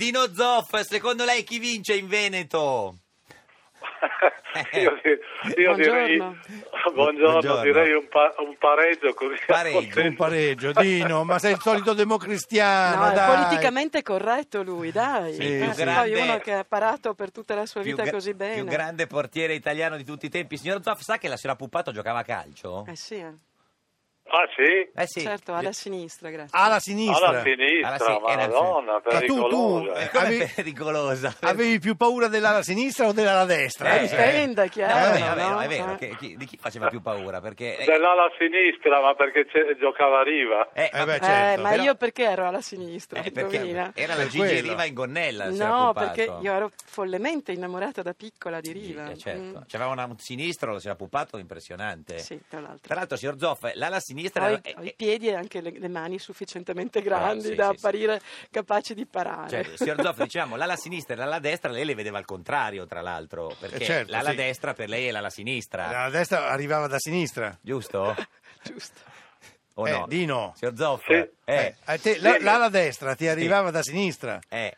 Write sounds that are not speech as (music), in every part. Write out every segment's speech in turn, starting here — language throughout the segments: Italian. Dino Zoff, secondo lei chi vince in Veneto? Eh. io, di- io direi Buongiorno. buongiorno, Buongiorno. direi un, pa- un pareggio così Pareggio, accontento. Un pareggio, Dino, ma sei il solito democristiano, No, è dai. politicamente corretto lui, dai. Sì, Eh, sì. Poi uno che ha parato per tutta la sua più vita gra- così bene. Più grande portiere italiano di tutti i tempi. Signor Zoff, sa che la signora Puppato giocava a calcio? Eh sì, eh. ah sì? Eh sì. certo, alla sinistra, grazie. Alla sinistra. eh, alla sinistra, Alla sì- era- madonna Ma tu- tu- pericolosa Eh, Come Ave- è pericolosa? Avevi più paura dell'ala sinistra o dell'ala Ah, destra? Eh, dipende, (laughs) chiaro, No, certo. vabbè, vabbè, no? no, è vero. Eh. che- chi- di chi faceva più paura? Perché... eh, dell'ala sinistra ma perché c'è- giocava a riva eh, Eh, ma- beh, eh, Eh, certo. ma Però- Eh, io perché ero alla sinistra? indovina? perché era la Per Gigi quello. Riva in gonnella. la signora No, Puppato. perché io ero follemente innamorata da piccola di Sì, Riva. eh, certo. Mm. C'aveva una- un sinistro, si era puppato, impressionante. Sì, tra l'altro. Tra l'altro, signor Zoff, l'ala sinistra... Ho era- i, ho eh, i eh, piedi e anche le, le mani sufficientemente grandi Ah, sì, sì, da sì. apparire capaci di parare. cioè, signor (laughs) Zoff, diciamo, l'ala sinistra e l'ala destra, lei le vedeva al contrario, tra l'altro, perché Eh, certo, l'ala sì. destra per lei è l'ala sinistra, La destra arrivava da sinistra. giusto? Giusto. O Eh, no? Dino. Signor Zoff, Sì. eh, Eh, eh, a te- la- Sì. l'ala destra ti arrivava da sinistra. Eh,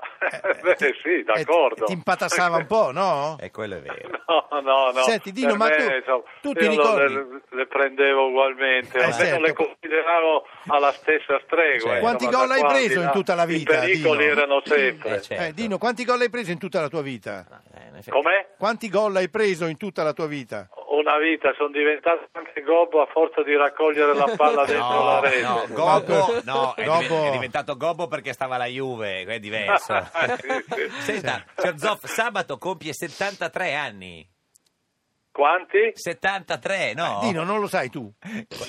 (laughs) beh sì d'accordo Eh, ti impatassava un po', no? eh, quello è vero. (laughs) No, no, no. Senti, Per Dino, ma tu- insomma, tu ti io lo- ricordi? Le, le prendevo ugualmente, Eh, almeno certo. le consideravo alla stessa stregua. Certo. Quanti insomma, gol da hai quanti, preso in no? tutta la vita, I pericoli Dino? erano sempre. Eh, certo. Eh, Dino, quanti gol hai preso in tutta la tua vita? Eh, in effetti. Com'è? Quanti gol hai preso in tutta la tua vita? Una vita, sono diventato anche gobbo a forza di raccogliere la (laughs) palla dentro No, la rete. no, Gobbo, no, è, diven- Gobbo. è diventato Gobbo perché stava alla Juve, è diverso. (laughs) Sì, sì. Senta, signor Zoff, sabato compie 73 anni. Quanti? 73, no? Dino, Eh, non lo sai tu.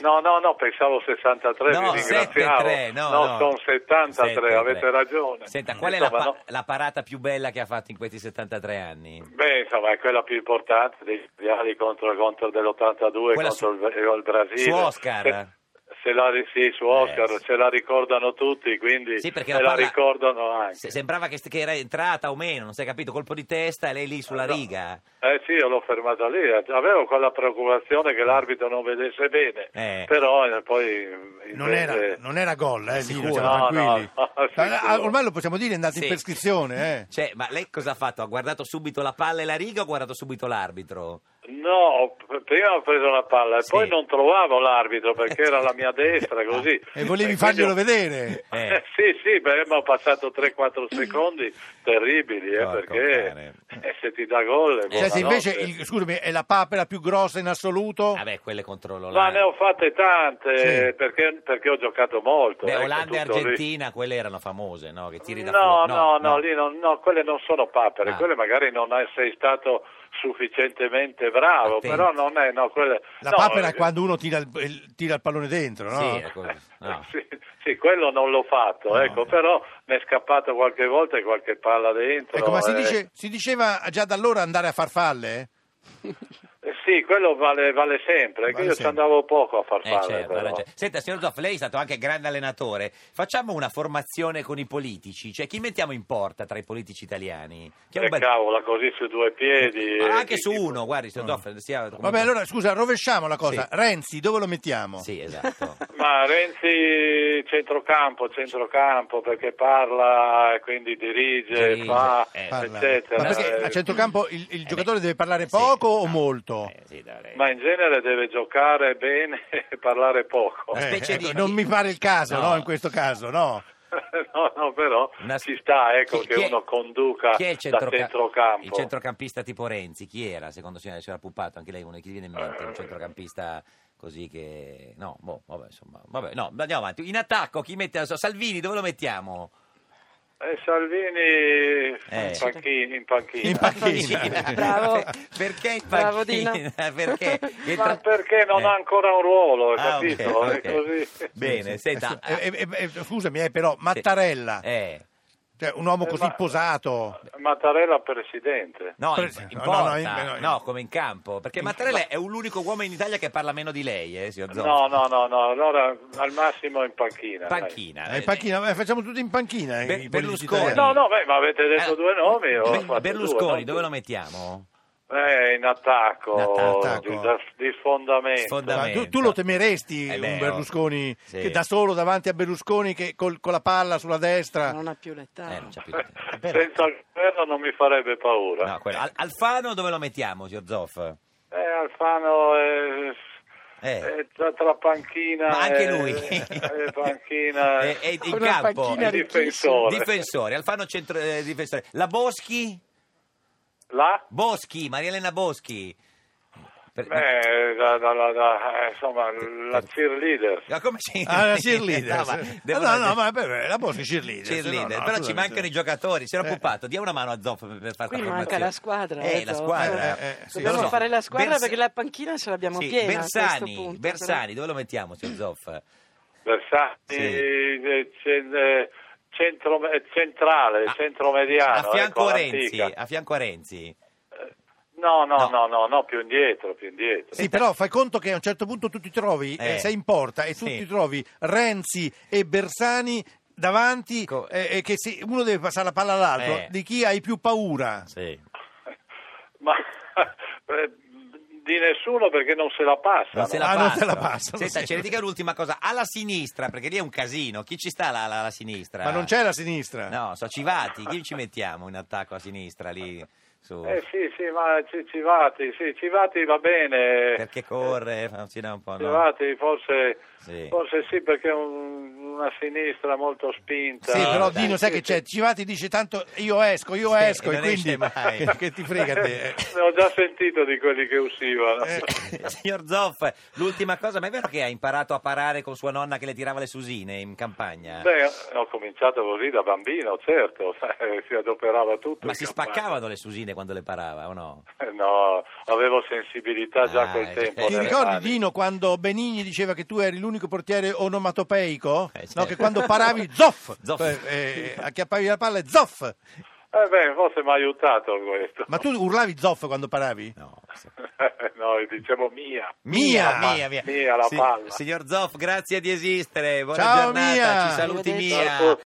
No, no, no, pensavo 63, No, vi ringraziavo. 73, no, no. sono 73, avete ragione. Senta, qual è la, Insomma, pa- no. la parata più bella che ha fatto in questi 73 anni? Beh, insomma, è quella più importante dei mondiali contro, contro dell'82 Quella contro su- il, il Brasile. su Oscar? Eh, Se, se la, ri- sì, su Oscar, sì. se la ricordano tutti, quindi Sì, perché se la palla- ricordano anche. se- sembrava che, che era entrata o meno, non si è capito, colpo di testa e lei lì sulla No. riga. Eh sì, io l'ho fermata lì, avevo quella preoccupazione che l'arbitro non vedesse bene, Eh. però eh, poi... eh, Non invece- era, non era gol, eh, Dino, Sicuro? siamo No, (laughs) tranquilli. no, no, Ma- sicuro. ormai lo possiamo dire, è andato Sì. in prescrizione, (laughs) eh. Cioè, ma lei cosa ha fatto? Ha guardato subito la palla e la riga o ha guardato subito l'arbitro? (laughs) No, p- prima ho preso la palla e Sì. poi non trovavo l'arbitro perché era la mia destra, così. Eh, (laughs) Eh, E quindi volevi farglielo ho- (laughs) vedere. Eh. Eh, sì, sì, beh, ma ho passato 3-4 Mm. secondi terribili, eh, Porco cane. perché eh, se ti dà gol... Cioè, buonanotte. se invece, il- scusami, è la papera più grossa in assoluto? Vabbè, quelle contro Ma ne l'Olanda. ho fatte tante, Sì. perché, perché ho giocato molto. Beh, ecco, Olanda e tutto lì. Argentina, quelle erano famose, no? Che tiri da No, fuori. no, no, lì non- no, quelle non sono papere, Ah. quelle magari non è- sei stato sufficientemente bravo, Attento. però non è, no, quelle... La no, papera è eh, quando uno tira il, il- tira il pallone dentro, no? Sì, è così. (laughs) No. Sì, sì, quello non l'ho fatto, Ah. No. eh. ecco, però mi è scappato qualche volta e qualche palla dentro. Ecco, ma si, eh. dice- si diceva già da allora andare a farfalle? eh? Eh Sì, quello vale, vale sempre, che Vale io ci sempre. andavo poco a far Eh, fare. certo, ha ragione. Senta, signor Zoff, lei è stato anche grande allenatore. Facciamo una formazione con i politici, cioè chi mettiamo in porta tra i politici italiani? Chi ha un Che bel- cavola, così su due piedi. Ma eh, anche chi- su chi- uno, guardi, Mm. signor Zoff, sia- Vabbè, allora scusa, rovesciamo la cosa. Sì. Renzi, dove lo mettiamo? Sì, esatto. Ma Renzi centrocampo, centrocampo, perché parla, quindi dirige, Dirige, fa, eh. Parla. eccetera. Ma perché Eh, a centrocampo il, il Eh, giocatore beh. deve parlare Sì, poco o no, molto? eh, sì, dovrei- Ma in genere deve giocare bene (laughs) e parlare poco. Una Eh, specie ecco, di- Non mi pare il caso, No. no, in questo caso, no. (laughs) no, no, però Una- ci sta, ecco, Chi- che chi è- uno conduca chi è il da centroca- centrocampo. Il centrocampista tipo Renzi, chi era? Secondo signora signora Puppato, anche lei uno chi viene in mente Eh. un centrocampista così che no, boh, vabbè, insomma, vabbè, no, andiamo avanti. In attacco chi mette non so, Salvini, dove lo mettiamo? Eh, Salvini Eh. in panchina. In panchina. In panchina. Bravo. Perché in Bravo, panchina? (laughs) Dino. (laughs) Perché? Il Ma tra- perché non Eh. ha ancora un ruolo, hai Ah, ok, capito? ok. È così. Bene, senta. Eh, eh, eh, eh, scusami, eh, però Mattarella, eh, cioè, un uomo Eh, così ma- posato. Mattarella presidente. No, in, Pre- in no, porta, no, in- no, in- no, come in campo. Perché Mattarella è un- l'unico uomo in Italia che parla meno di lei, eh, signor Zoff. No, no, no, no, allora al massimo in panchina. dai. Panchina. Eh, in panchina, eh, facciamo tutto in panchina. eh, Ber- i politici Berlusconi. italiani. No, no, beh, ma avete detto Eh, due nomi. ho Be- fatto Berlusconi, due, no? dove lo mettiamo? Eh, in attacco, In attacco. Di, da- di sfondamento. Sfondamento. Ma tu, tu lo temeresti Eh beh, un oh. Berlusconi Sì. che da solo davanti a Berlusconi che col- con la palla sulla destra Non ha più l'età. Eh, non c'è più Eh, però- Senza il governo non mi farebbe paura. No, quello- Al- Alfano dove lo mettiamo, signor Zoff? Eh, Alfano è, Eh. è tra, tra panchina Ma anche e- lui. e (laughs) eh, panchina Eh, è in Una campo. eh. panchina e difensore. Difensore, Alfano centro eh, difensore. La Boschi? Là? Boschi, Maria Elena Boschi. Per- Beh, da- da- da- da- eh, insomma, la cheerleader. Ma come si Ah, (laughs) la cheerleader. No, ma sì. devono- Ah, no, no, ma beh, beh, la Boschi cheerleader. sì, Eh, no, cheerleader. no, Cioè, però ci assolutamente. mancano i giocatori. Signor Eh. Puppato, dia una mano a Zoff per, per fare questa Qui manca formazione. la squadra, Eh, eh, la Zoff. squadra. Eh, eh, sì. Dobbiamo Lo so. fare la squadra Bers- perché la panchina ce l'abbiamo sì, piena. a questo Bersani, punto, però. Bersani, dove lo mettiamo, signor Zoff? Bersani Sì. eh, cen- eh, centro- eh, centrale, A- centromediano. Ah, a fianco ecco, a Renzi, l'antica. a fianco a Renzi. No, no, No. no, no, no, più indietro, più indietro. Sì, però fai conto che a un certo punto tu ti trovi, eh, Eh. sei in porta e tu Sì. ti trovi Renzi e Bersani davanti Co- eh, e che se uno deve passare la palla all'altro, Eh. di chi hai più paura? Sì. Ma (laughs) eh, di nessuno perché non se la passa. Non se la Ah, non passano. se la passano, Senta, sì. ce ne dica l'ultima cosa. Alla sinistra, perché lì è un casino. Chi ci sta là, là, alla sinistra? Ma non c'è la sinistra. No, so Civati. Chi ci mettiamo in attacco a sinistra lì? Su. Eh sì, sì, ma ci, Civati, sì, Civati va bene. Perché corre? Facciamo un po', no? Civati forse Sì. forse sì perché è un- una sinistra molto spinta. Eh, Sì, No, però dai, Dino, sai che c'è? Civati dice tanto io esco, io Sì, esco, e e non esce quindi mai. (laughs) che, che ti frega te. (laughs) eh. Ne (laughs) ho già sentito di quelli che uscivano. Eh. Signor Zoff, l'ultima cosa, ma è vero che ha imparato a parare con sua nonna che le tirava le susine in campagna? Beh, ho cominciato così da bambino, certo, (laughs) si adoperava tutto. ma in si campagna. spaccavano le susine quando le parava o no? Eh, No, avevo sensibilità già Ah, a quel eh, tempo. eh, Ti nelle ricordi mani. Dino quando Benigni diceva che tu eri l'unico portiere onomatopeico? Eh, certo. No, che quando paravi zoff, Zoff. Eh, eh, acchiappavi la palla e zoff. Eh beh, forse mi ha aiutato questo. (laughs) Eh, Ma tu urlavi zoff quando paravi? No. sì. no, dicevo mia. Mia, Mia, mia, mia. mia la palla. Signor Zoff, grazie di esistere. Buona Ciao, giornata, Mia. ci saluti Arrivederci. Mia. Ciao a tutti.